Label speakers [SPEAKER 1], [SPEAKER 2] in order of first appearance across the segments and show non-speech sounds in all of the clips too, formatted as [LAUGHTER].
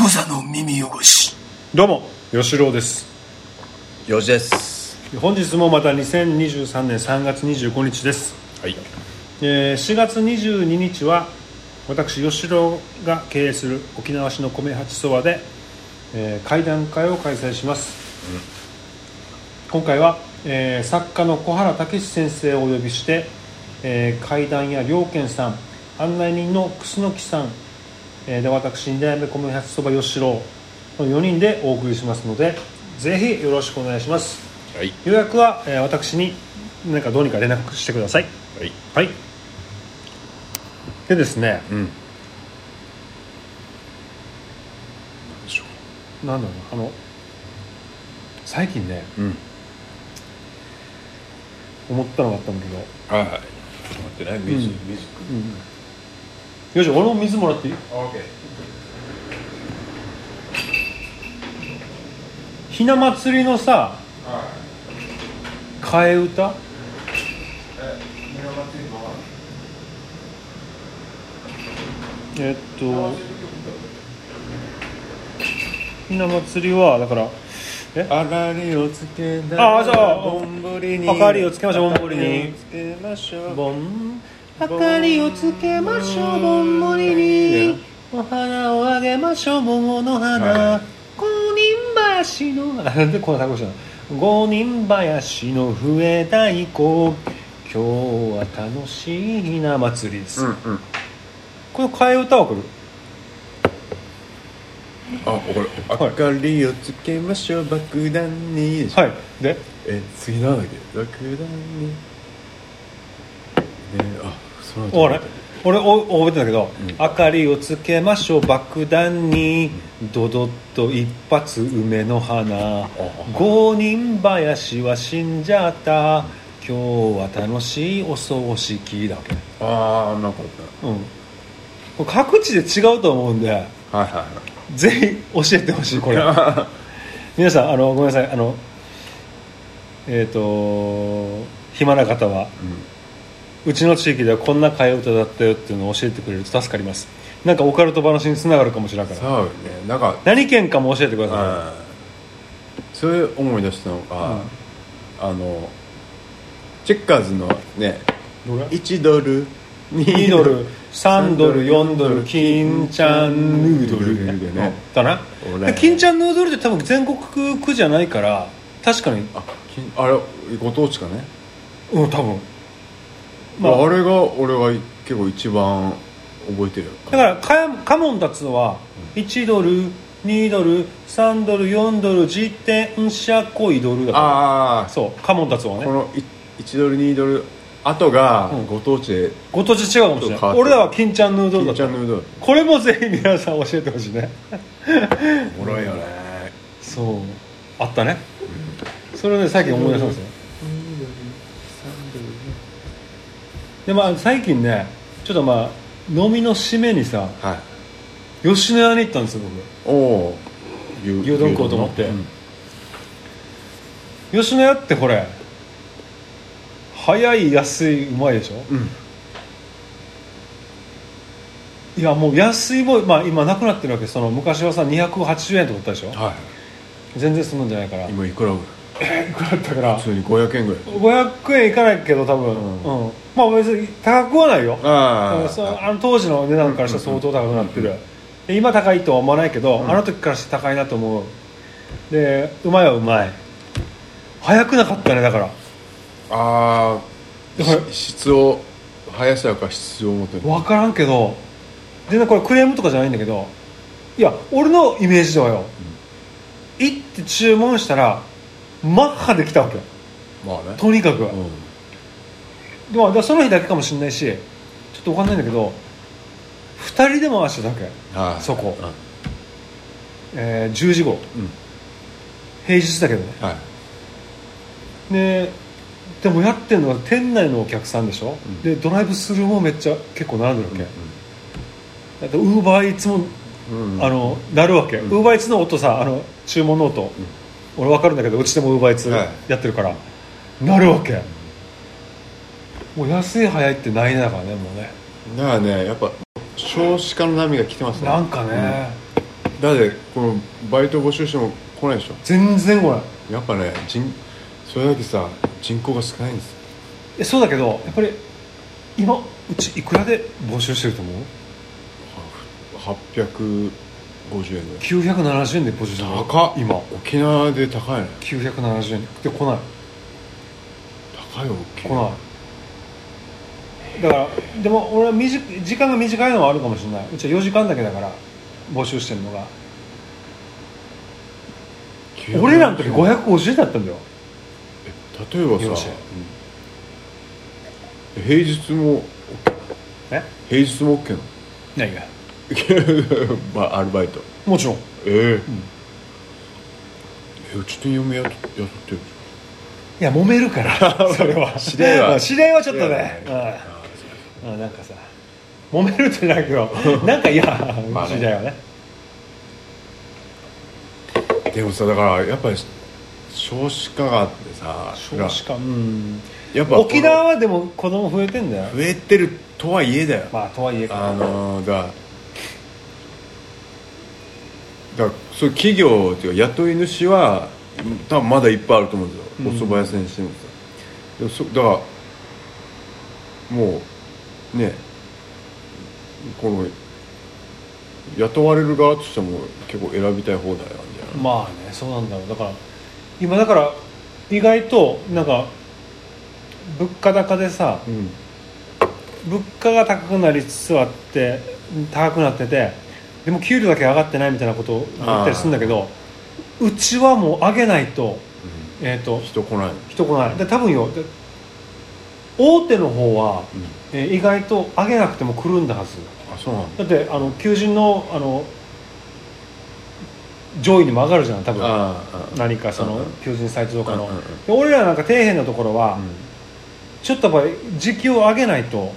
[SPEAKER 1] 無座の耳汚し
[SPEAKER 2] どうも吉郎です
[SPEAKER 3] よしです
[SPEAKER 2] 本日もまた2023年3月25日です、
[SPEAKER 3] はい
[SPEAKER 2] えー4月22日は私吉郎が経営する沖縄市の米八そばで、えー、会談会を開催します、今回は、えー作家の小原武史先生をお呼びして、えー、会談や良健さん案内人の楠木さん、えーで私二代目米八そば吉郎の4人でお送りしますのでぜひよろしくお願いします
[SPEAKER 3] はい
[SPEAKER 2] 予約は、えー私に何かどうにか連絡してください
[SPEAKER 3] はい
[SPEAKER 2] はいでですね
[SPEAKER 3] うん
[SPEAKER 2] なんだろうなあの最近ね
[SPEAKER 3] うん
[SPEAKER 2] 思ったのがあったんだけど
[SPEAKER 3] はいはいちょっと待ってね水、
[SPEAKER 2] うん
[SPEAKER 3] 水
[SPEAKER 2] よし俺も水もらっていい
[SPEAKER 3] オッケー
[SPEAKER 2] ひな祭りのさ替え歌えっとひな祭りはだから
[SPEAKER 3] あられをつけな
[SPEAKER 2] あじゃあ
[SPEAKER 3] んぶり
[SPEAKER 2] 明かりをつけましょうぼんぶりに
[SPEAKER 3] 明かをつけましょう
[SPEAKER 2] ぼん
[SPEAKER 3] 明かりをつけましょうぼんぼりに
[SPEAKER 2] お花をあげましょう桃の
[SPEAKER 3] 花
[SPEAKER 2] 五人橋のなんでこんな格好したの五人林の笛太鼓今日は楽しいひな祭りです、
[SPEAKER 3] うんうん
[SPEAKER 2] この替え歌は来る
[SPEAKER 3] あわかる
[SPEAKER 2] はい
[SPEAKER 3] 明かりをつけましょう爆弾にい
[SPEAKER 2] はいで
[SPEAKER 3] え次なんだっけ爆弾にねあその後
[SPEAKER 2] 俺俺お覚えてんだけど、明かりをつけましょう爆弾にドドッと一発梅の花五人林は死んじゃった今日は楽しいお葬式だわけ、
[SPEAKER 3] ああなんか
[SPEAKER 2] うん、これ各地で違うと思うんで
[SPEAKER 3] あったはいはいはい
[SPEAKER 2] ぜひ教えてほしいこれ皆さんあのごめんなさいあのえっ、と暇な方は
[SPEAKER 3] [LAUGHS]
[SPEAKER 2] うちの地域ではこんな替え歌だったよっていうのを教えてくれると助かりますなんかオカルト話につながるかもしれないから
[SPEAKER 3] そうねなんか
[SPEAKER 2] 何県かも教えてくださ
[SPEAKER 3] うんそういう思い出したのが、あのチェッカーズのね
[SPEAKER 2] いどれ
[SPEAKER 3] 1ドル
[SPEAKER 2] 2ドル3
[SPEAKER 3] 3
[SPEAKER 2] ド
[SPEAKER 3] ド
[SPEAKER 2] ル
[SPEAKER 3] ル
[SPEAKER 2] 4ド
[SPEAKER 3] 4
[SPEAKER 2] ル金ちゃんヌードル
[SPEAKER 3] ね
[SPEAKER 2] だな
[SPEAKER 3] 俺
[SPEAKER 2] で金ちゃんヌードルって多分全国区じゃないから確かに
[SPEAKER 3] あ金あれご当地かね、
[SPEAKER 2] うん多分ま
[SPEAKER 3] ま
[SPEAKER 2] あ
[SPEAKER 3] あ、あれが俺が結構一番覚えてる
[SPEAKER 2] だからカカモンたちは1ドル2ドル3ドル4ドル自転車こいドルだか
[SPEAKER 3] あ
[SPEAKER 2] ら
[SPEAKER 3] あ
[SPEAKER 2] そうカモンたちはね
[SPEAKER 3] このい1ドル2ドル後が
[SPEAKER 2] うん
[SPEAKER 3] ご当地で
[SPEAKER 2] ご当地違うかもしれ
[SPEAKER 3] ちょっと変わ
[SPEAKER 2] な
[SPEAKER 3] っ
[SPEAKER 2] い
[SPEAKER 3] てる
[SPEAKER 2] 俺らは金ちゃんヌードルだ
[SPEAKER 3] 金
[SPEAKER 2] っ
[SPEAKER 3] ちゃ
[SPEAKER 2] た
[SPEAKER 3] んヌードル
[SPEAKER 2] これもぜひ皆さん教えてほしいね
[SPEAKER 3] おもろいよね
[SPEAKER 2] そうあったねそれをね最近思い出したんですよでまあ最近ねちょっとまあ飲みの締めにさ
[SPEAKER 3] はい
[SPEAKER 2] 吉野家に行ったんですよ
[SPEAKER 3] おお牛
[SPEAKER 2] 牛丼食おうと思って
[SPEAKER 3] うん
[SPEAKER 2] 僕吉野家ってこれ早い安いうまいでしょ
[SPEAKER 3] うん
[SPEAKER 2] いやもう安いも、まあ、今なくなってるわけその昔はさ280円とかだったでしょ
[SPEAKER 3] は
[SPEAKER 2] 全然すんのじゃないから
[SPEAKER 3] い今いくらぐ
[SPEAKER 2] いくらだったから
[SPEAKER 3] らい普通に500円ぐらい
[SPEAKER 2] 500円いかないけど多分、うんまあ別に高くはないよ
[SPEAKER 3] あ
[SPEAKER 2] うんそうあの当時の値段からしたら相当高くなってる、で今高いとは思わないけど、あの時からして高いなと思うでうまいはうまい早くなかったねだから
[SPEAKER 3] あ
[SPEAKER 2] だから
[SPEAKER 3] あ質を林田か質を持ってる
[SPEAKER 2] 分からんけど全然これクレームとかじゃないんだけどいや俺のイメージではよ、行って注文したらマッハで来たわけよ
[SPEAKER 3] まあね
[SPEAKER 2] とにかく、
[SPEAKER 3] うん
[SPEAKER 2] でもだからその日だけかもしれないしちょっと分かんないんだけど2人で回してたわけ、
[SPEAKER 3] はい
[SPEAKER 2] そこ
[SPEAKER 3] う
[SPEAKER 2] えー10時頃
[SPEAKER 3] んうん
[SPEAKER 2] 平日だけどね
[SPEAKER 3] はい
[SPEAKER 2] ででもやってるのは店内のお客さんでしょ、
[SPEAKER 3] うん
[SPEAKER 2] でドライブスルーもめっちゃ結構並んでるわけ、だってウーバーイーツも、
[SPEAKER 3] うんうん
[SPEAKER 2] あのなるわけウ
[SPEAKER 3] ん
[SPEAKER 2] ーバーイーツの音さあの注文の音、俺分かるんだけどうちでもウーバーイーツ
[SPEAKER 3] はい
[SPEAKER 2] やってるから、なるわけもう安い早いってないねだからねもうね
[SPEAKER 3] だからねやっぱ少子化の波が来てますね
[SPEAKER 2] なんかね、
[SPEAKER 3] だってこのバイト募集しても来ないでしょ
[SPEAKER 2] 全然来ない
[SPEAKER 3] やっぱね人それだけさ人口が少ないんですよ
[SPEAKER 2] えそうだけどやっぱり今うちいくらで募集してると思う
[SPEAKER 3] 850円ぐらい
[SPEAKER 2] 970円で募集してる
[SPEAKER 3] 高っ
[SPEAKER 2] 今
[SPEAKER 3] 沖縄で高いね
[SPEAKER 2] 970円で来ない
[SPEAKER 3] 高いよ沖
[SPEAKER 2] 来
[SPEAKER 3] 縄
[SPEAKER 2] ないだからでも俺は短い時間が短いのはあるかもしれないうちは4時間だけだから募集してるのが
[SPEAKER 3] 950
[SPEAKER 2] 俺らの時550円だったんだよ
[SPEAKER 3] え例えば
[SPEAKER 2] よろしい
[SPEAKER 3] さ、うん平日も
[SPEAKER 2] え
[SPEAKER 3] 平日も OK な
[SPEAKER 2] 何が
[SPEAKER 3] の [LAUGHS] まあアルバイト
[SPEAKER 2] もちろん
[SPEAKER 3] えええうちの嫁雇雇ってるでしょ
[SPEAKER 2] いや揉めるから
[SPEAKER 3] [LAUGHS]
[SPEAKER 2] それは
[SPEAKER 3] 知り合いは
[SPEAKER 2] うん知り合いはちょっとね
[SPEAKER 3] 知り合いはね
[SPEAKER 2] うんうんなんかさ揉めるってなるけど
[SPEAKER 3] [LAUGHS]
[SPEAKER 2] なんか嫌
[SPEAKER 3] まあね
[SPEAKER 2] 知り合いはね
[SPEAKER 3] でもさだからやっぱり少子化があってさ
[SPEAKER 2] 少子化うん
[SPEAKER 3] やっぱ
[SPEAKER 2] 沖縄はでも子供増えてんだよ
[SPEAKER 3] この増えてるとはいえだよ、
[SPEAKER 2] まあとはいえ
[SPEAKER 3] あのーだだからそういう企業っていうか雇い主は多分まだいっぱいあると思うんですよ、
[SPEAKER 2] うん
[SPEAKER 3] お蕎麦屋さんにしてもさでもそだからもうねこの雇われる側としても結構選びたい放題なんじゃない
[SPEAKER 2] まあねそうなんだろうだから今だから意外となんか物価高でさ
[SPEAKER 3] うん
[SPEAKER 2] 物価が高くなりつつあって高くなっててでも給料だけ上がってないみたいなことを言ったりするんだけどうちはもう上げないと,、えー、と
[SPEAKER 3] 人来ないの
[SPEAKER 2] 人来ないで多分よで大手の方は、えー意外と上げなくても来るんだはず
[SPEAKER 3] あそうなんだ
[SPEAKER 2] だってあの求人のあの上位にも上がるじゃん多分
[SPEAKER 3] ああ
[SPEAKER 2] 何かそ
[SPEAKER 3] うん
[SPEAKER 2] の
[SPEAKER 3] うん
[SPEAKER 2] 求人サイトとかの
[SPEAKER 3] うんうんうん
[SPEAKER 2] で俺らなんか底辺のところは、
[SPEAKER 3] うん
[SPEAKER 2] ちょっとやっぱり時給を上げないと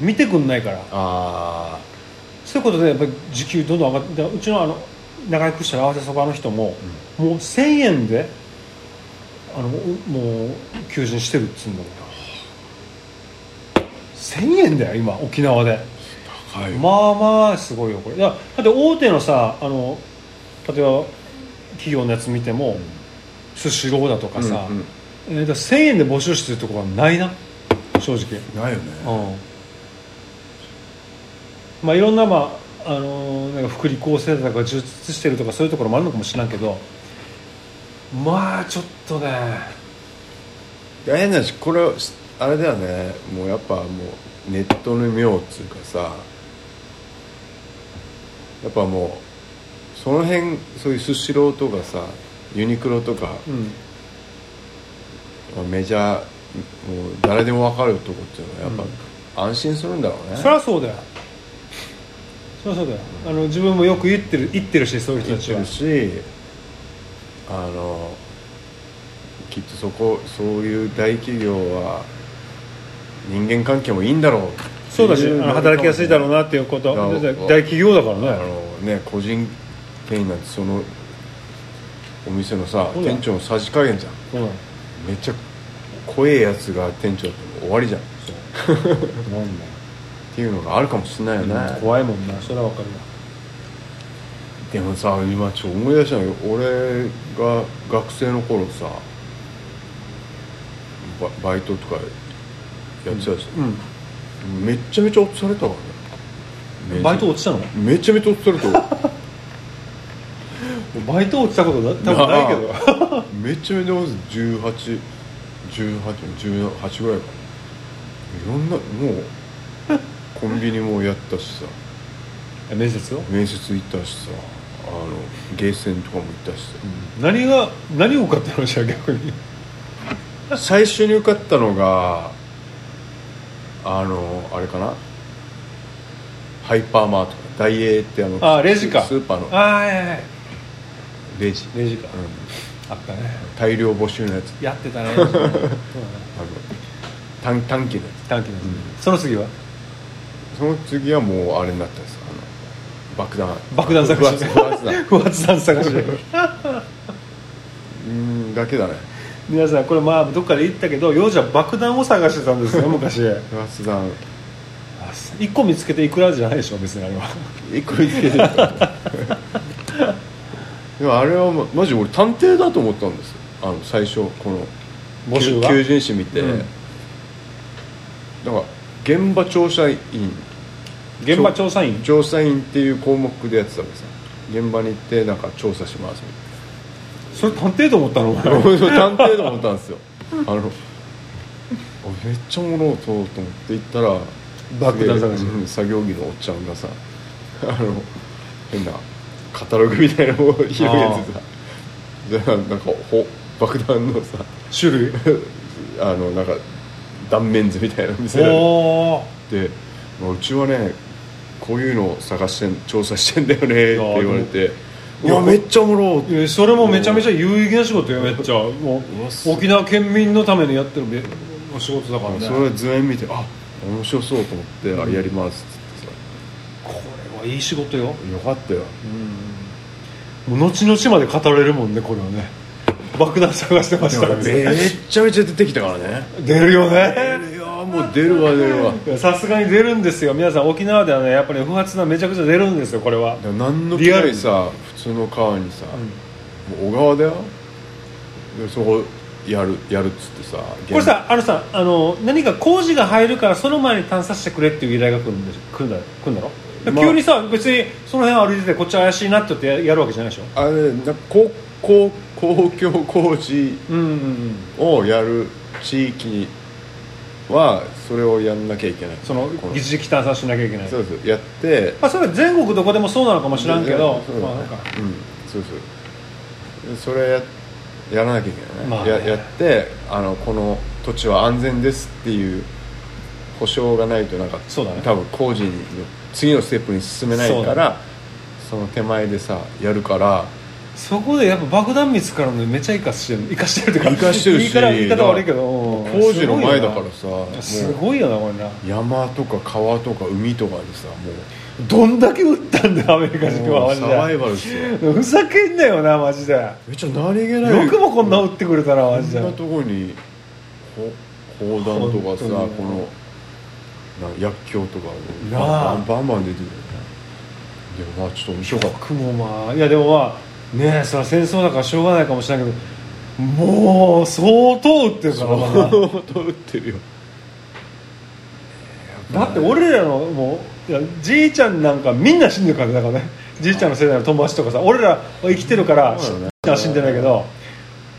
[SPEAKER 2] 見てくんないから、
[SPEAKER 3] あ
[SPEAKER 2] そういうことでやっぱり時給どんどん上がってだからうちのあの長居くしたら合わせそばの人も、もう1000円であのもう求人してるっつうんだもん1000円だよ今沖縄で
[SPEAKER 3] あ高いよ、
[SPEAKER 2] まあまあすごいよこれだだって大手のさあの例えば企業のやつ見ても、スシローだとかさ、
[SPEAKER 3] うんうん
[SPEAKER 2] えーだから1000円で募集してるところはないな正直
[SPEAKER 3] ないよね
[SPEAKER 2] うんまあいろんな,、まああのーなんか福利厚生だとか充実してるとかそういうところもあるのかもしれんけどまあちょっとね
[SPEAKER 3] 大変だしこれしあれだよねもうやっぱもうネットの妙っつうかさやっぱもうその辺そういうスシローとかさユニクロとか、
[SPEAKER 2] うん
[SPEAKER 3] まあメジャーもう誰でも分かるとこっていうのはやっぱ安心するんだろうね、
[SPEAKER 2] そりゃそうだよそりゃそうだよあの自分もよく言ってる言ってるしそういう人
[SPEAKER 3] 言
[SPEAKER 2] た
[SPEAKER 3] っ
[SPEAKER 2] ち
[SPEAKER 3] て
[SPEAKER 2] は
[SPEAKER 3] るしあのきっとそこそういう大企業は人間関係もいいんだろう
[SPEAKER 2] そうだしあ
[SPEAKER 3] ってい
[SPEAKER 2] の働きやすいだろうなっていうこ
[SPEAKER 3] だ
[SPEAKER 2] と
[SPEAKER 3] ろう
[SPEAKER 2] だって大企業だか
[SPEAKER 3] あ
[SPEAKER 2] らね
[SPEAKER 3] のね個人店員なんてそのお店のさ
[SPEAKER 2] そうだよ
[SPEAKER 3] 店長のさじ加減じゃん
[SPEAKER 2] そうなの
[SPEAKER 3] めっちゃ怖えやつが店長だって終わりじゃんっ
[SPEAKER 2] [LAUGHS] なんだよ
[SPEAKER 3] ていうのがあるかもしれないよね、
[SPEAKER 2] 怖いもんなそれはわかるわ
[SPEAKER 3] でもさ今ちょっと思い出したのよ俺が学生の頃さババイトとかやってたし、
[SPEAKER 2] う
[SPEAKER 3] めっちゃめちゃ落とされたからね
[SPEAKER 2] んバイト落ちたの
[SPEAKER 3] めちゃめちゃ落とされたわ
[SPEAKER 2] バイト落ちたことな [LAUGHS] 多分ないけど
[SPEAKER 3] ど [LAUGHS] めちゃめちゃ落と1818 18ぐらいかないろんなもうコンビニもやったしさ
[SPEAKER 2] [LAUGHS] 面接を
[SPEAKER 3] 面接行ったしさあのゲーセンとかも行ったしさ、
[SPEAKER 2] 何が何を受かったのじゃあ逆に
[SPEAKER 3] 最初に受かったのがあのあれかなハイパーマートダイエーってあの
[SPEAKER 2] あレジか
[SPEAKER 3] スーパーの
[SPEAKER 2] ああいやいや
[SPEAKER 3] レジ、
[SPEAKER 2] レジか
[SPEAKER 3] うん、
[SPEAKER 2] あったね
[SPEAKER 3] 大量募集のやつ
[SPEAKER 2] やって
[SPEAKER 3] [LAUGHS]
[SPEAKER 2] たねそうだね
[SPEAKER 3] あの短短期のや
[SPEAKER 2] 短期のやつその次は
[SPEAKER 3] つその次はもうあれになったんですあの爆弾
[SPEAKER 2] 爆弾探し
[SPEAKER 3] [LAUGHS] 不発不発弾
[SPEAKER 2] [LAUGHS] 不発弾探し
[SPEAKER 3] うんだけだね
[SPEAKER 2] 皆さんこれまあどっかで言ったけど幼児は爆弾を探してたんですよ昔
[SPEAKER 3] 不発弾
[SPEAKER 2] [LAUGHS] 一個見つけていくらじゃないでしょ別にあれは
[SPEAKER 3] 一個見つけてきたでもあれはまマジ俺探偵だと思ったんですよあの最初この
[SPEAKER 2] 募集は
[SPEAKER 3] 求人誌見て、
[SPEAKER 2] うん
[SPEAKER 3] なんか現場調査員
[SPEAKER 2] 現場調査員
[SPEAKER 3] 調査員っていう項目でやってたんですよ現場に行ってなんか調査しますみたいな
[SPEAKER 2] それ探偵と思ったのお前
[SPEAKER 3] 俺も探偵と思ったんですよあのあめっちゃおもろそうと思って行ったら
[SPEAKER 2] 爆弾探し
[SPEAKER 3] うん作業着のおっちゃんがさあの変なカタログみたいなのを広げてさでなんかほ爆弾のさ
[SPEAKER 2] [LAUGHS] 種類
[SPEAKER 3] あのなんか断面図みたいなの見せられて
[SPEAKER 2] おお
[SPEAKER 3] で、まあ、うちはねこういうのを探してん調査してんだよねって言われて
[SPEAKER 2] いうや
[SPEAKER 3] わめっちゃおもろ
[SPEAKER 2] いやそれもめちゃめちゃ有意義な仕事よめっちゃも
[SPEAKER 3] うわ
[SPEAKER 2] う
[SPEAKER 3] す
[SPEAKER 2] 沖縄県民のためにやってるべお仕事だからね
[SPEAKER 3] それ図面見てあ面白そうと思ってあやりますっつって
[SPEAKER 2] これはいい仕事よ
[SPEAKER 3] さよかったよ
[SPEAKER 2] もう後々まで語れるもんねこれはね爆弾探してましたから
[SPEAKER 3] めっちゃめちゃ出てきたからね
[SPEAKER 2] 出るよね
[SPEAKER 3] いやもう出るわ出るわ
[SPEAKER 2] [LAUGHS] いやさすがに出るんですよ皆さん沖縄ではねやっぱり不発なめちゃくちゃ出るんですよこれは
[SPEAKER 3] でも何の気
[SPEAKER 2] リア
[SPEAKER 3] な
[SPEAKER 2] ル
[SPEAKER 3] い
[SPEAKER 2] に
[SPEAKER 3] さ普通の川にさ、もう小川だよでそこやるやるっつってさ
[SPEAKER 2] これさあのさあの何か工事が入るからその前に探査してくれっていう依頼が来るんでしょ来るんだ来るんだろ、
[SPEAKER 3] まあ
[SPEAKER 2] 急にさ別にその辺歩いててこっち怪しいなって言ってややるわけじゃないでしょ
[SPEAKER 3] あれなんか公公公共工事
[SPEAKER 2] うんうんうん
[SPEAKER 3] をやる地域はそれをやんなきゃいけない
[SPEAKER 2] その
[SPEAKER 3] こ
[SPEAKER 2] 疑似的探査しなきゃいけない
[SPEAKER 3] そうそうやって
[SPEAKER 2] まあ、それは全国どこでもそうなのかもしらんけど
[SPEAKER 3] そう
[SPEAKER 2] まあなん
[SPEAKER 3] う
[SPEAKER 2] か
[SPEAKER 3] んそうそうそれややらなきゃいけないね,、
[SPEAKER 2] まあね
[SPEAKER 3] ややってあのこの土地は安全ですっていう保証がないとなんか
[SPEAKER 2] そうだね
[SPEAKER 3] 多分工事の次のステップに進めない
[SPEAKER 2] そ
[SPEAKER 3] か
[SPEAKER 2] うだ
[SPEAKER 3] らそ,、の手前でさやるから
[SPEAKER 2] そこでやっぱ爆弾見つかるのにめちゃ生かしてる生かしてるっていう
[SPEAKER 3] 生かしてるし
[SPEAKER 2] 言い方言い方悪いけどうん
[SPEAKER 3] 工事の前だからさ
[SPEAKER 2] す
[SPEAKER 3] もう
[SPEAKER 2] ごいよなこれな
[SPEAKER 3] 山とか川とか海とかにさも
[SPEAKER 2] どんだけ撃ったんだよアメリカ人
[SPEAKER 3] う
[SPEAKER 2] は
[SPEAKER 3] も
[SPEAKER 2] マ
[SPEAKER 3] う
[SPEAKER 2] ジ
[SPEAKER 3] サバイ
[SPEAKER 2] で
[SPEAKER 3] バルっすよ
[SPEAKER 2] [LAUGHS] ふざけんなよなマジでよ
[SPEAKER 3] めっちゃ何気ない
[SPEAKER 2] くもこんな撃ってくれたな
[SPEAKER 3] こ
[SPEAKER 2] マジ
[SPEAKER 3] ん
[SPEAKER 2] で
[SPEAKER 3] なとこにほ砲弾とかさ
[SPEAKER 2] 本当に
[SPEAKER 3] このな薬莢とか
[SPEAKER 2] なあ
[SPEAKER 3] バンバンバン出てくるよねでもまあちょっと面白かった
[SPEAKER 2] 僕もまあいやでもまあねえそれは戦争だからしょうがないかもしれないけどもう相当撃ってるからな
[SPEAKER 3] 打ってるよ
[SPEAKER 2] だって俺らのもういやじいちゃんなんかみんな死んでるからねだからねじいちゃんの世代の友達とかさ俺らは生きてるから
[SPEAKER 3] そうだね
[SPEAKER 2] 死ん死んでないけど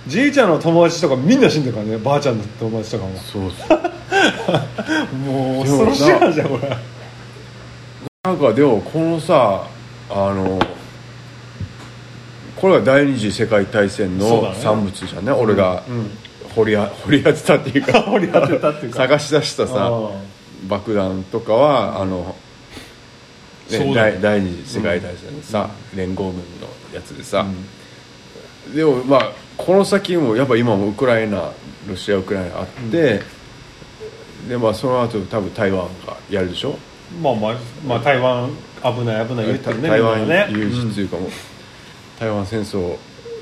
[SPEAKER 2] じいちゃんの友達とかみんな死んでるからねばあちゃんの友達とかも
[SPEAKER 3] そうそう
[SPEAKER 2] もう
[SPEAKER 3] でも
[SPEAKER 2] 恐
[SPEAKER 3] な
[SPEAKER 2] ろしい話じゃんこれ [LAUGHS]
[SPEAKER 3] なんかでもこのさあのこれは第二次世界大戦
[SPEAKER 2] そうだ
[SPEAKER 3] の
[SPEAKER 2] ね
[SPEAKER 3] 産物じゃんね俺が掘りあ掘り当てたっていうか
[SPEAKER 2] 掘り当てたっていうか
[SPEAKER 3] 探し出したさ爆弾とかはあの、ね
[SPEAKER 2] そうだよ
[SPEAKER 3] 第第二次世界大戦でさ、連合軍のやつでさ、でもまあこの先もやっぱ今もウクライナロシアウクライナあって、でまあその後多分台湾がやるでしょ、
[SPEAKER 2] まあまあ、まあ、台湾危ない危ない言ってるね
[SPEAKER 3] 台湾
[SPEAKER 2] みんなね
[SPEAKER 3] 有事というかもう、台湾戦争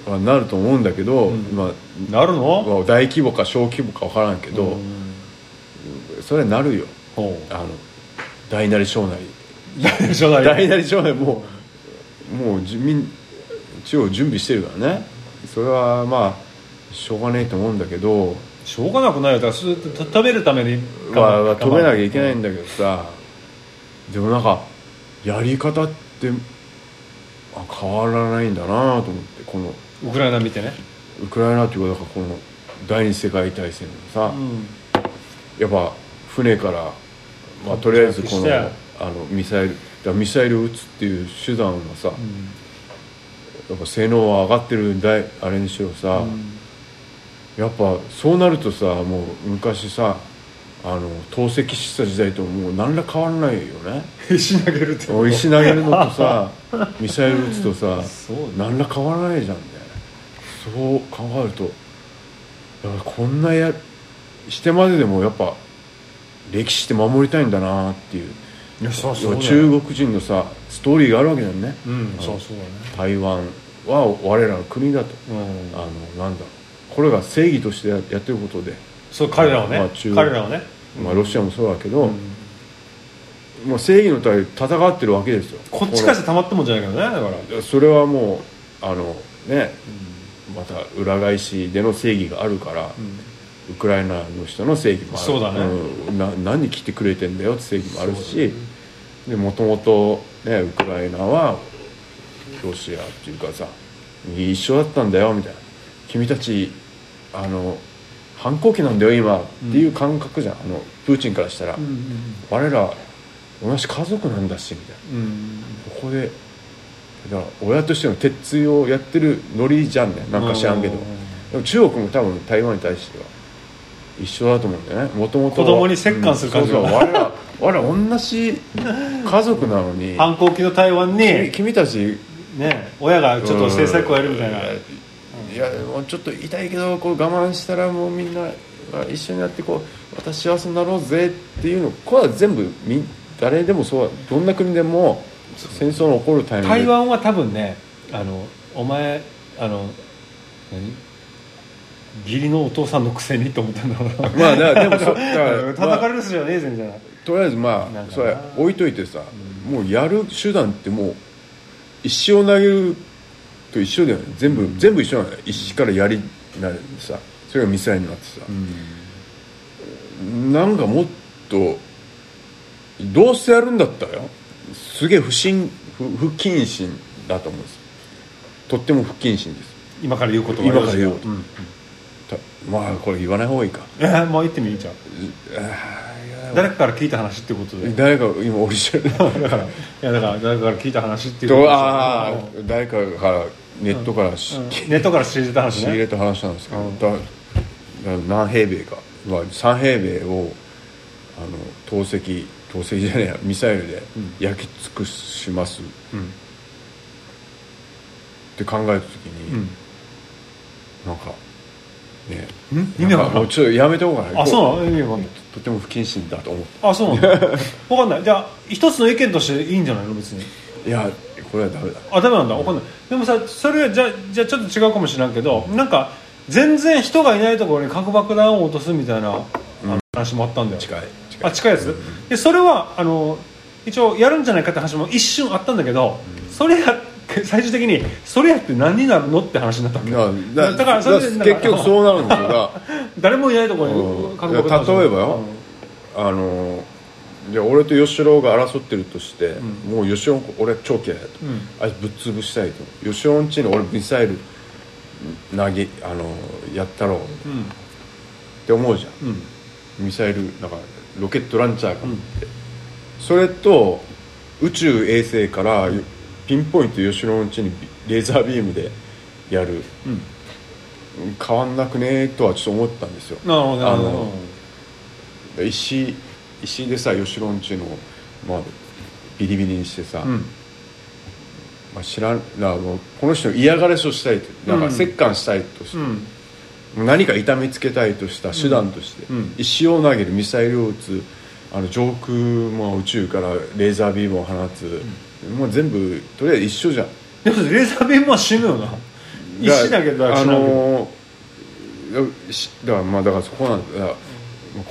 [SPEAKER 3] はなると思うんだけど、ま
[SPEAKER 2] うんなる
[SPEAKER 3] あ
[SPEAKER 2] の
[SPEAKER 3] まあ大規模か小規模か分からんけど、それはなるよ
[SPEAKER 2] ほう
[SPEAKER 3] あの大なり小なり。
[SPEAKER 2] 大丈夫
[SPEAKER 3] 大なり小なりもうもう住民地方準備してるからねそれはまあしょうがねえと思うんだけど、
[SPEAKER 2] しょうがなくないよだからそれと食べるために
[SPEAKER 3] まあ、まあ止めなきゃいけ
[SPEAKER 2] い
[SPEAKER 3] ないんだけどさでもなんかやり方ってあ変わらないんだなと思ってこの
[SPEAKER 2] ウクライナ見てね
[SPEAKER 3] ウクライナっていうかだからこの第二次世界大戦のさ、
[SPEAKER 2] うん
[SPEAKER 3] やっぱ船から、まあ、とりあえずこ
[SPEAKER 2] し
[SPEAKER 3] の
[SPEAKER 2] て
[SPEAKER 3] あのミサイルだからミサイルを撃つっていう手段はさ、やっぱ性能は上がってるんだいあれにしろさ、やっぱそうなるとさもう昔さあの投石してた時代ともう何ら変わらないよ
[SPEAKER 2] [LAUGHS]
[SPEAKER 3] ね
[SPEAKER 2] 石投げるってこと
[SPEAKER 3] 石投げるのとさミサイル撃つとさ
[SPEAKER 2] そうだ
[SPEAKER 3] 何ら変わらないじゃんねそう考えるとやっぱこんなやしてまででもやっぱ歴史って守りたいんだなっていう
[SPEAKER 2] いやそうそうだよ
[SPEAKER 3] 中国人のさストーリーがあるわけだよね、
[SPEAKER 2] うんそうそうだ
[SPEAKER 3] 台湾は我らの国だと、
[SPEAKER 2] ねうん
[SPEAKER 3] あのなんだろうこれが正義としてやってることで、
[SPEAKER 2] そう彼らはね
[SPEAKER 3] まあ中
[SPEAKER 2] 彼らはね
[SPEAKER 3] まあ、ロシアもそうだけど、もう正義のために戦ってるわけですよ
[SPEAKER 2] こっちからしてたまったもんじゃないけどねだから
[SPEAKER 3] それはもあのねまた裏返しでの正義があるから、ウクライナの人の正義もある
[SPEAKER 2] そうだね
[SPEAKER 3] んな何来てくれてんだよって正義もある
[SPEAKER 2] そうだ
[SPEAKER 3] し
[SPEAKER 2] ね
[SPEAKER 3] でもともとねウクライナはロシアっていうかさ一緒だったんだよみたいな君たちあの反抗期なんだよ今っていう感覚じゃん、あのプーチンからしたら、我ら同じ家族なんだしみたいな。ここでだから親としての鉄槌をやってるノリじゃんねなんか知らんけどでも中国も多分台湾に対しては一緒だと思うんだよねもともと
[SPEAKER 2] 子供に折檻する感じ
[SPEAKER 3] そ
[SPEAKER 2] が
[SPEAKER 3] うそう我ら我ら同じ家族なのに
[SPEAKER 2] 反抗期の台湾に、
[SPEAKER 3] 君君たち
[SPEAKER 2] ね、親がちょっと制裁加えるみたいな、
[SPEAKER 3] うんいやもうちょっと痛いけどこう我慢したらもうみんなが一緒になってこうまた幸せになろうぜっていうのこれは全部み誰でもそうだどんな国でも戦争の起こるタイミングで
[SPEAKER 2] 台湾は多分ねあのお前あの何義理のお父さんのくせにと思ったんだろうな
[SPEAKER 3] まあだからでもそだ
[SPEAKER 2] うん [LAUGHS] 叩
[SPEAKER 3] か
[SPEAKER 2] か
[SPEAKER 3] らまあ
[SPEAKER 2] れる人じゃねえぜみたいな、
[SPEAKER 3] とりあえずま
[SPEAKER 2] な
[SPEAKER 3] あ
[SPEAKER 2] んかな
[SPEAKER 3] それ置いといてさ、もうやる手段ってもう一生投げると一緒だよね全部、全部一緒なのよ石から槍になるんでさそれがミサイルになってさ、なんかもっとどうせやるんだったらよすげえ不信不不謹慎だと思うんですよとっても不謹慎です
[SPEAKER 2] 今から言うこと
[SPEAKER 3] 今から言おうと、
[SPEAKER 2] んい
[SPEAKER 3] たまあこれ言わない方がいいか
[SPEAKER 2] やもう言ってもいいじゃん誰かから聞いた話ってことでい
[SPEAKER 3] 誰か今俺じゃない
[SPEAKER 2] やだから誰かから聞いた話っていうこと
[SPEAKER 3] と
[SPEAKER 2] で
[SPEAKER 3] ああ誰かからネットからし
[SPEAKER 2] うんネットから仕入れた話
[SPEAKER 3] 仕入
[SPEAKER 2] ね
[SPEAKER 3] れた話なんですけど、だだ何平米か、まあ、3平米をあの投石投石じゃねえやミサイルで焼き尽くします、って考えた時に、
[SPEAKER 2] うん
[SPEAKER 3] なんかね
[SPEAKER 2] 意味わかんな
[SPEAKER 3] も
[SPEAKER 2] い
[SPEAKER 3] うちょっとやめた方がいい
[SPEAKER 2] あそうなの意味わかんない
[SPEAKER 3] とても不謹慎だと思って [LAUGHS]
[SPEAKER 2] あそうなのわかんないじゃあ一つの意見としていいんじゃないの別に
[SPEAKER 3] いやこれはダメだ
[SPEAKER 2] あダメなんだわかんないでもさそれはじゃじゃあちょっと違うかもしれんけどなんか全然人がいないところに核爆弾を落とすみたいな、あの話もあったんだよ
[SPEAKER 3] 近い近い
[SPEAKER 2] あ近いやつ、でそれはあの一応やるんじゃないかって話も一瞬あったんだけど、それや最終的にそれやって何になるのって話になったわけ
[SPEAKER 3] だ
[SPEAKER 2] だからそれで
[SPEAKER 3] だ結局そうなるんだ
[SPEAKER 2] [LAUGHS]
[SPEAKER 3] から
[SPEAKER 2] 誰もいないところ
[SPEAKER 3] う
[SPEAKER 2] に
[SPEAKER 3] ん
[SPEAKER 2] 核爆弾落とす
[SPEAKER 3] 例えばよあのじゃあ俺と吉郎が争ってるとして、もう吉郎俺は超嫌いだと、
[SPEAKER 2] うん
[SPEAKER 3] あいつぶっ潰したいと吉郎んちに俺ミサイル投げあのやったろうって思うじゃん、
[SPEAKER 2] うんうん
[SPEAKER 3] ミサイルなんかロケットランチャーかもって、それと宇宙衛星からピンポイント吉野のうちにビレーザービームでやる、変わんなくねとはちょっと思ったんですよ
[SPEAKER 2] なるほどなるほ
[SPEAKER 3] あ
[SPEAKER 2] ど
[SPEAKER 3] の石石でさ吉野のうちの、まあ、ビリビリにしてさ、
[SPEAKER 2] うん
[SPEAKER 3] まあ、知らんなもうこの人の嫌がらせをしたいとなんか折檻したいとして、
[SPEAKER 2] うん
[SPEAKER 3] 何か痛めつけたいとした手段として、
[SPEAKER 2] うんうん
[SPEAKER 3] 石を投げるミサイルを撃つあの上空、まあ、宇宙からレーザービームを放つ、もう全部とりあえず一緒じゃん
[SPEAKER 2] でもレーザービームは死ぬよな石だけど
[SPEAKER 3] だから
[SPEAKER 2] だ死
[SPEAKER 3] あ
[SPEAKER 2] なない
[SPEAKER 3] のーしだからまあだからそこなんだだから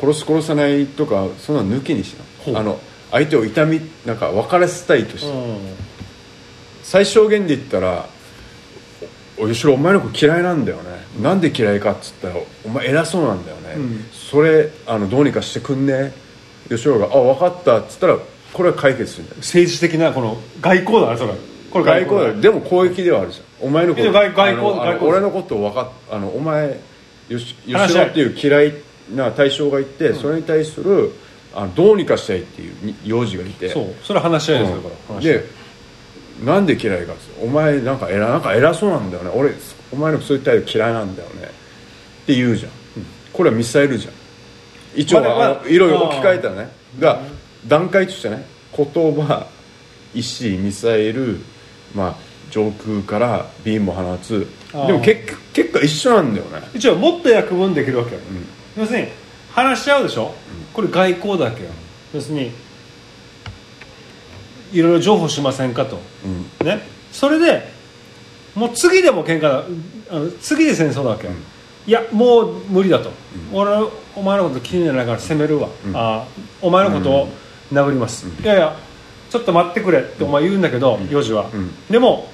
[SPEAKER 3] 殺す殺さないとかそんなの抜きにし
[SPEAKER 2] ほう
[SPEAKER 3] なあの相手を痛みなんか別れせたいとして、
[SPEAKER 2] うん
[SPEAKER 3] 最小限で言ったら「お吉ろお前の子嫌いなんだよねなんで嫌いか」っつったら「お前偉そうなんだよね、
[SPEAKER 2] うん
[SPEAKER 3] それあのどうにかしてくんね」吉郎が「あ分かった」っつったらこれは解決するんだよ
[SPEAKER 2] 政治的なこの外交だねそれこれ
[SPEAKER 3] 外交だよ
[SPEAKER 2] ね
[SPEAKER 3] でも攻撃ではあるじゃんお前のこと
[SPEAKER 2] いや外外交
[SPEAKER 3] あのあの
[SPEAKER 2] 外交
[SPEAKER 3] 俺のことを分かっあのお前吉吉
[SPEAKER 2] 話し合
[SPEAKER 3] 郎
[SPEAKER 2] い
[SPEAKER 3] っていう嫌いな対象がいて、それに対するあのどうにかしたいっていうに幼児がいて
[SPEAKER 2] そうそれは話し合いですよだから話し合い
[SPEAKER 3] でなんで嫌いかっつってお前なんか偉なんか偉そうなんだよね俺お前のそういう態度嫌いなんだよねって言うじゃん、これはミサイルじゃん一応
[SPEAKER 2] まあまあ
[SPEAKER 3] あのいろいろ置き換えたらねが段階としてね言葉石ミサイル、まあ、上空からビームを放つ
[SPEAKER 2] あー
[SPEAKER 3] でも結局結果一緒なんだよね
[SPEAKER 2] 一応もっと約分できるわけよ、要するに話し合うでしょ、これ外交だけよ要するにいろいろ譲歩しませんかと、ね、それでもう次でも喧嘩だあの次で戦争だわけよ、いやもう無理だと、俺お前のこと気にならないから攻めるわ、あお前のことを殴ります、いやいやちょっと待ってくれってお前言うんだけど、幼児は、
[SPEAKER 3] ん
[SPEAKER 2] でも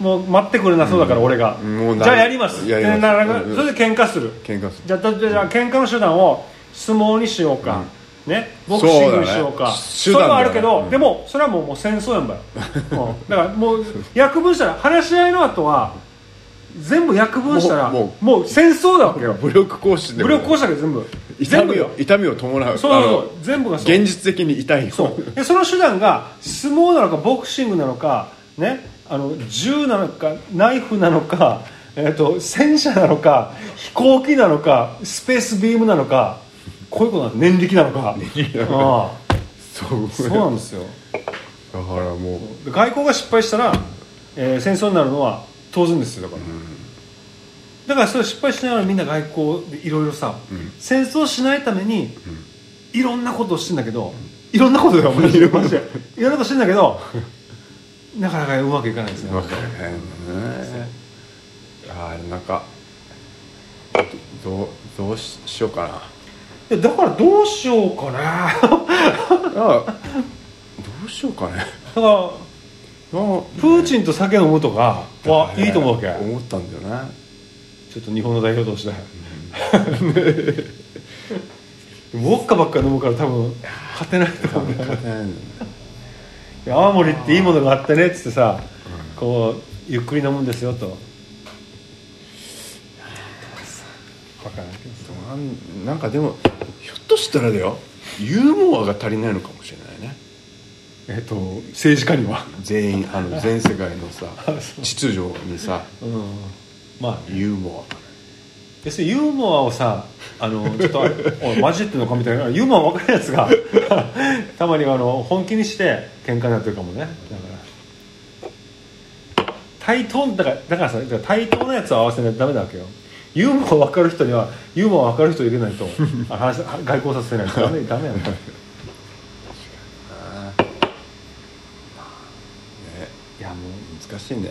[SPEAKER 2] もう待ってくれなそうだから、俺が
[SPEAKER 3] もうな
[SPEAKER 2] じゃあやります
[SPEAKER 3] やります
[SPEAKER 2] でなな
[SPEAKER 3] うん
[SPEAKER 2] それで喧嘩する
[SPEAKER 3] 喧嘩する
[SPEAKER 2] じゃあだじゃあ喧嘩の手段を相撲にしようか、ねボクシングにしようか
[SPEAKER 3] そ
[SPEAKER 2] そ
[SPEAKER 3] うだね手段だね
[SPEAKER 2] れはあるけど、
[SPEAKER 3] うん
[SPEAKER 2] でもそれはもうもう戦争や
[SPEAKER 3] [LAUGHS]
[SPEAKER 2] んばよ、うんだからもう約分したら話し合いの後は全部約分したらも
[SPEAKER 3] も
[SPEAKER 2] う戦争だわけよ
[SPEAKER 3] 武力行使で
[SPEAKER 2] 武
[SPEAKER 3] も
[SPEAKER 2] 力行使だけど全部
[SPEAKER 3] 痛
[SPEAKER 2] 全部
[SPEAKER 3] みを痛みを伴う
[SPEAKER 2] そうそう
[SPEAKER 3] あ
[SPEAKER 2] そう
[SPEAKER 3] の
[SPEAKER 2] 全部がそう
[SPEAKER 3] 現実的に痛いよ
[SPEAKER 2] そうでその手段が相撲なのかボクシングなのか、ね、あの銃なのかナイフなのか、えー、と戦車なのか飛行機なのかスペースビームなのかこういうことなの念力なのかああ
[SPEAKER 3] そう
[SPEAKER 2] そうなんですよ
[SPEAKER 3] だからもう
[SPEAKER 2] で外交が失敗したら、えー戦争になるのは当然ですよだから、だからそれ失敗しながらみんな外交でいろいろさ、戦争しないためにいろんなことをしてんだけど、いろんなことだよマジでマジでいろんなことしてんだけどなかなかうまくいかないですね
[SPEAKER 3] わかんないねあーなんかどどうどうししようかな
[SPEAKER 2] でだからどうしようかなだか [LAUGHS]
[SPEAKER 3] あどうしようかね
[SPEAKER 2] ら
[SPEAKER 3] ま
[SPEAKER 2] プーチンと酒飲むとかは
[SPEAKER 3] あ
[SPEAKER 2] いいと思うわけ
[SPEAKER 3] 思ったんだよな
[SPEAKER 2] ちょっと日本の代表と [LAUGHS] して、ウォッカばっかり飲むから多分勝てないと思うんだよ
[SPEAKER 3] 勝てないんだよね
[SPEAKER 2] 青森っていいものがあってねっつってさ、こうゆっくり飲むんですよと分からんけどさ
[SPEAKER 3] なんなんかでもひょっとしたらだよユーモアが足りないのかもしれないね
[SPEAKER 2] えっと政治家には
[SPEAKER 3] 全員あの全世界の
[SPEAKER 2] [LAUGHS]
[SPEAKER 3] さ
[SPEAKER 2] そう
[SPEAKER 3] 秩序にさ
[SPEAKER 2] うんまあ
[SPEAKER 3] ユーモ
[SPEAKER 2] 別にユーモアをさあのちょっとあれおいマジってんのかみたいなユーモア分かるやつが [LAUGHS] たまにはあの本気にして喧嘩になってるかもねだから対等だからだからさだから対等なやつを合わせないとダメなわけよユーモア分かる人にはユーモア分かる人入れないとあ話外交させないとダメダメやん
[SPEAKER 3] アがね
[SPEAKER 2] いやもう
[SPEAKER 3] 難しいね
[SPEAKER 2] 難しい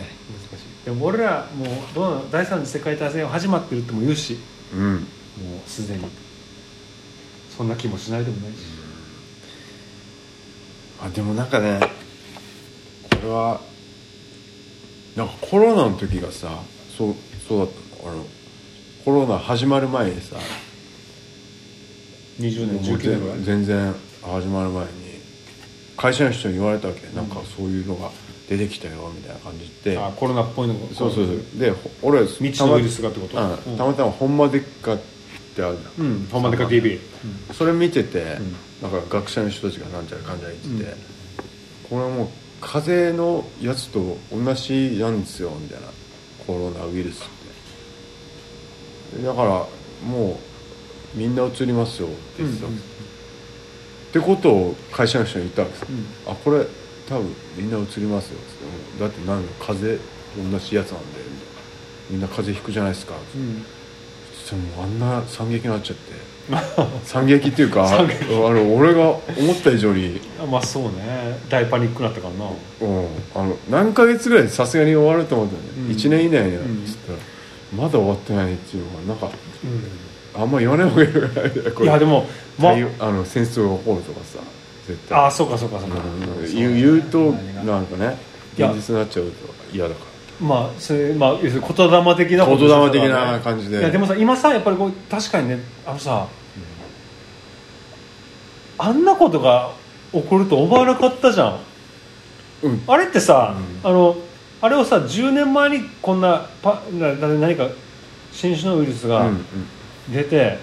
[SPEAKER 2] でも俺らもうどうなの第三次世界大戦は始まってるっても言うし
[SPEAKER 3] うん
[SPEAKER 2] もうすでにそんな気もしないでもないし
[SPEAKER 3] あでもなんかねこれはなんかコロナの時がさそうそうだったのあのコロナ始まる前にさ
[SPEAKER 2] 20年
[SPEAKER 3] もう
[SPEAKER 2] 19年ぐらい
[SPEAKER 3] 全全然始まる前に会社の人に言われたわけ、なんかそういうのが出てきたよみたいな感じで
[SPEAKER 2] あコロナっぽいのが
[SPEAKER 3] そうそうそうでほ俺
[SPEAKER 2] 未知
[SPEAKER 3] たま
[SPEAKER 2] のウイルスがってこと
[SPEAKER 3] うん
[SPEAKER 2] うん
[SPEAKER 3] たまたま「ほんまでっか」ってあるじゃん
[SPEAKER 2] うんホンマデカ TV
[SPEAKER 3] それ見てて、なんか学者の人たちがなんちゃらかんちゃら言ってて、これはもう風邪のやつと同じなんですよみたいなコロナウイルスってだからもうみんなうつりますよって言ってたんです、ってことを会社の人に言ったんです、あこれ多分みんなうつりますよってだって何風邪と同じやつなんでみたいなみんな風邪ひくじゃないですかって、
[SPEAKER 2] うん
[SPEAKER 3] でもあんな惨劇になっちゃって惨劇って
[SPEAKER 2] [LAUGHS]
[SPEAKER 3] いうかあの俺が思った以上に、
[SPEAKER 2] あまあそうね大パニックになったからな
[SPEAKER 3] うん、あの何ヶ月ぐらいでさすがに終わると思ったよね、
[SPEAKER 2] うん
[SPEAKER 3] 1年以内には
[SPEAKER 2] うん
[SPEAKER 3] つったら、まだ終わってないっていうのがなんかあんま言わない方がいいのかなこ
[SPEAKER 2] い
[SPEAKER 3] れ
[SPEAKER 2] やでもま
[SPEAKER 3] 対応あの戦争が起こるとかさ絶対
[SPEAKER 2] ああそうかそうかそう
[SPEAKER 3] う
[SPEAKER 2] か
[SPEAKER 3] ん
[SPEAKER 2] そう
[SPEAKER 3] 言う言うと
[SPEAKER 2] 何が
[SPEAKER 3] なんかね
[SPEAKER 2] いや
[SPEAKER 3] 現実になっちゃうと嫌だか
[SPEAKER 2] まあそれまあ要するに言霊的な
[SPEAKER 3] ら
[SPEAKER 2] こと
[SPEAKER 3] 言
[SPEAKER 2] でしょ
[SPEAKER 3] 霊的な感じ
[SPEAKER 2] い
[SPEAKER 3] で
[SPEAKER 2] やでもさ今さやっぱりこう確かにねあのさあんなことが起こると思わなかったじゃん
[SPEAKER 3] うん
[SPEAKER 2] あれってさ、あのあれをさ10年前にこんなパなな何か新種のウイルス
[SPEAKER 3] うん
[SPEAKER 2] が
[SPEAKER 3] うん
[SPEAKER 2] 出て、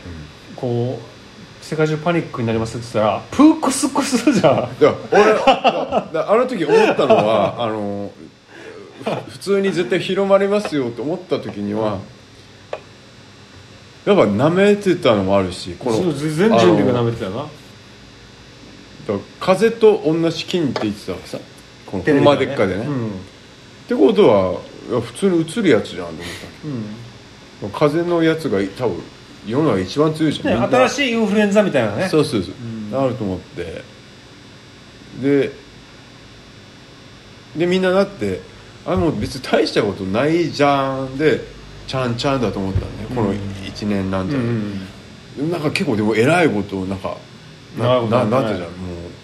[SPEAKER 2] こう世界中パニックになりますって言ったらプークスクスじゃん
[SPEAKER 3] いや俺だだあの時思ったのはあのふ普通に絶対広まりますよと思った時にはやっぱ舐めてたのもあるしこの
[SPEAKER 2] [LAUGHS] そう全人類がな
[SPEAKER 3] あの
[SPEAKER 2] めてたよな
[SPEAKER 3] だ風邪と同じ菌って言ってたからさこのほんまでっかでね、
[SPEAKER 2] う
[SPEAKER 3] っ
[SPEAKER 2] ん
[SPEAKER 3] てことはいや普通にうつるやつじゃんと思っ
[SPEAKER 2] うん
[SPEAKER 3] たの風邪のやつが多分世の中一番強いじゃん、
[SPEAKER 2] ね、
[SPEAKER 3] みんな
[SPEAKER 2] 新しいインフルエンザみたいなね
[SPEAKER 3] そうそうそう、
[SPEAKER 2] ん
[SPEAKER 3] なると思ってででみんななってあれもう別に大したことないじゃんでちゃんちゃんだと思ったんで、この1年なん
[SPEAKER 2] う
[SPEAKER 3] じゃ、
[SPEAKER 2] ん
[SPEAKER 3] なんか結構でも偉いことなんかな
[SPEAKER 2] なるほど
[SPEAKER 3] な
[SPEAKER 2] ね
[SPEAKER 3] なってたじゃんも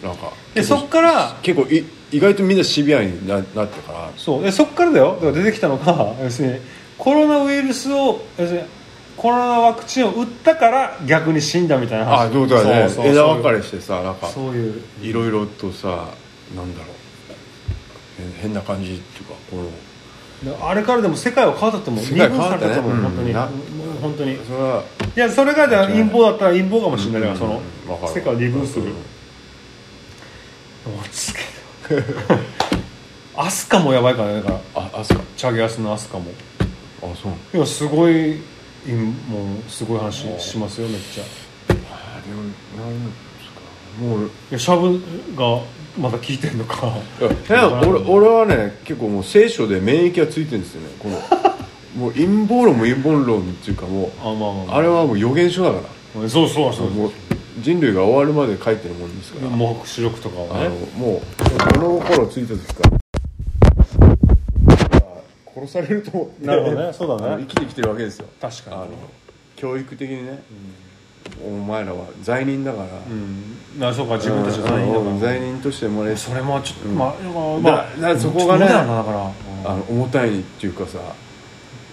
[SPEAKER 3] うなんか
[SPEAKER 2] で
[SPEAKER 3] 結構
[SPEAKER 2] そっから
[SPEAKER 3] 結構い意外とみんなシビアにななってから
[SPEAKER 2] そうでそっからだよだから出てきたのが [LAUGHS] 要するにコロナウイルスを要するにコロナワクチンを打ったから逆に死んだみたいな話
[SPEAKER 3] あそうだね
[SPEAKER 2] そうそう
[SPEAKER 3] 枝分かれしてさなんか
[SPEAKER 2] そういう
[SPEAKER 3] いろいろとさなんだろう変変な感じっていうかこの
[SPEAKER 2] だからあれからでも世界は変わったと思う
[SPEAKER 3] 世界変わ
[SPEAKER 2] 二
[SPEAKER 3] った
[SPEAKER 2] 分され
[SPEAKER 3] ね
[SPEAKER 2] たと思う、
[SPEAKER 3] うん
[SPEAKER 2] 本当に
[SPEAKER 3] な
[SPEAKER 2] もう本当にい
[SPEAKER 3] それは
[SPEAKER 2] やそれがだから
[SPEAKER 3] 間違い
[SPEAKER 2] 陰
[SPEAKER 3] ない
[SPEAKER 2] 謀だったら陰謀かもしれないから、その
[SPEAKER 3] うんわかる
[SPEAKER 2] 世界を二分する、
[SPEAKER 3] うん
[SPEAKER 2] もうつけ [LAUGHS] たアスカもやばいからねだから
[SPEAKER 3] ああそうか
[SPEAKER 2] チャゲアスのアスカも
[SPEAKER 3] あそう
[SPEAKER 2] いやすごい陰もうすごい話しますよめっちゃい
[SPEAKER 3] あでもなんですかもう
[SPEAKER 2] やシャブがまだ聞いてんのか
[SPEAKER 3] いや俺俺はね結構もう聖書で免疫がついてるんですよねこのもう陰謀論も陰謀論っていうかもう
[SPEAKER 2] あまあまあ、まあ
[SPEAKER 3] あれはもう予言書だか
[SPEAKER 2] そうそうそうそ
[SPEAKER 3] ら
[SPEAKER 2] う
[SPEAKER 3] もう人類が終わるまで書いてるもんですから
[SPEAKER 2] もう視力とか
[SPEAKER 3] あ
[SPEAKER 2] は
[SPEAKER 3] の
[SPEAKER 2] ね
[SPEAKER 3] もう物心ついた時から殺されると思って
[SPEAKER 2] なるほどねそう
[SPEAKER 3] あ
[SPEAKER 2] だ
[SPEAKER 3] の
[SPEAKER 2] ね
[SPEAKER 3] 生きてきてるわけですよ
[SPEAKER 2] 確
[SPEAKER 3] あ
[SPEAKER 2] か
[SPEAKER 3] の教育的にね、お前らは罪人だから、
[SPEAKER 2] にうんなそうか自分たちが何
[SPEAKER 3] うん
[SPEAKER 2] だか
[SPEAKER 3] 罪人として生まれ
[SPEAKER 2] らそれもちょっと、まあ
[SPEAKER 3] だ
[SPEAKER 2] まあ
[SPEAKER 3] だからそこがね
[SPEAKER 2] ちょっと無理だなだから、
[SPEAKER 3] あの重たいっていうかさだ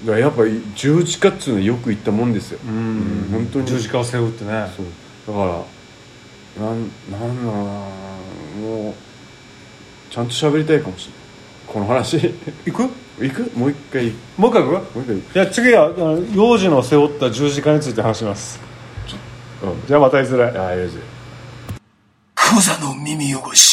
[SPEAKER 3] からやっぱり十字架っつうのはよく言ったもんですよ、
[SPEAKER 2] うん
[SPEAKER 3] うん本当に
[SPEAKER 2] 十字架を背負ってね
[SPEAKER 3] そうだからなんなんだろうなもうちゃんと喋りたいかもしれないこの話 [LAUGHS]
[SPEAKER 2] 行く
[SPEAKER 3] 行くもう一回も
[SPEAKER 2] もう一回行く
[SPEAKER 3] う一回行
[SPEAKER 2] じゃあ次はあの幼児の背負った十字架について話します
[SPEAKER 3] く、うん
[SPEAKER 2] じゃあまたいずれ
[SPEAKER 3] ああよろしい
[SPEAKER 1] クザの耳汚し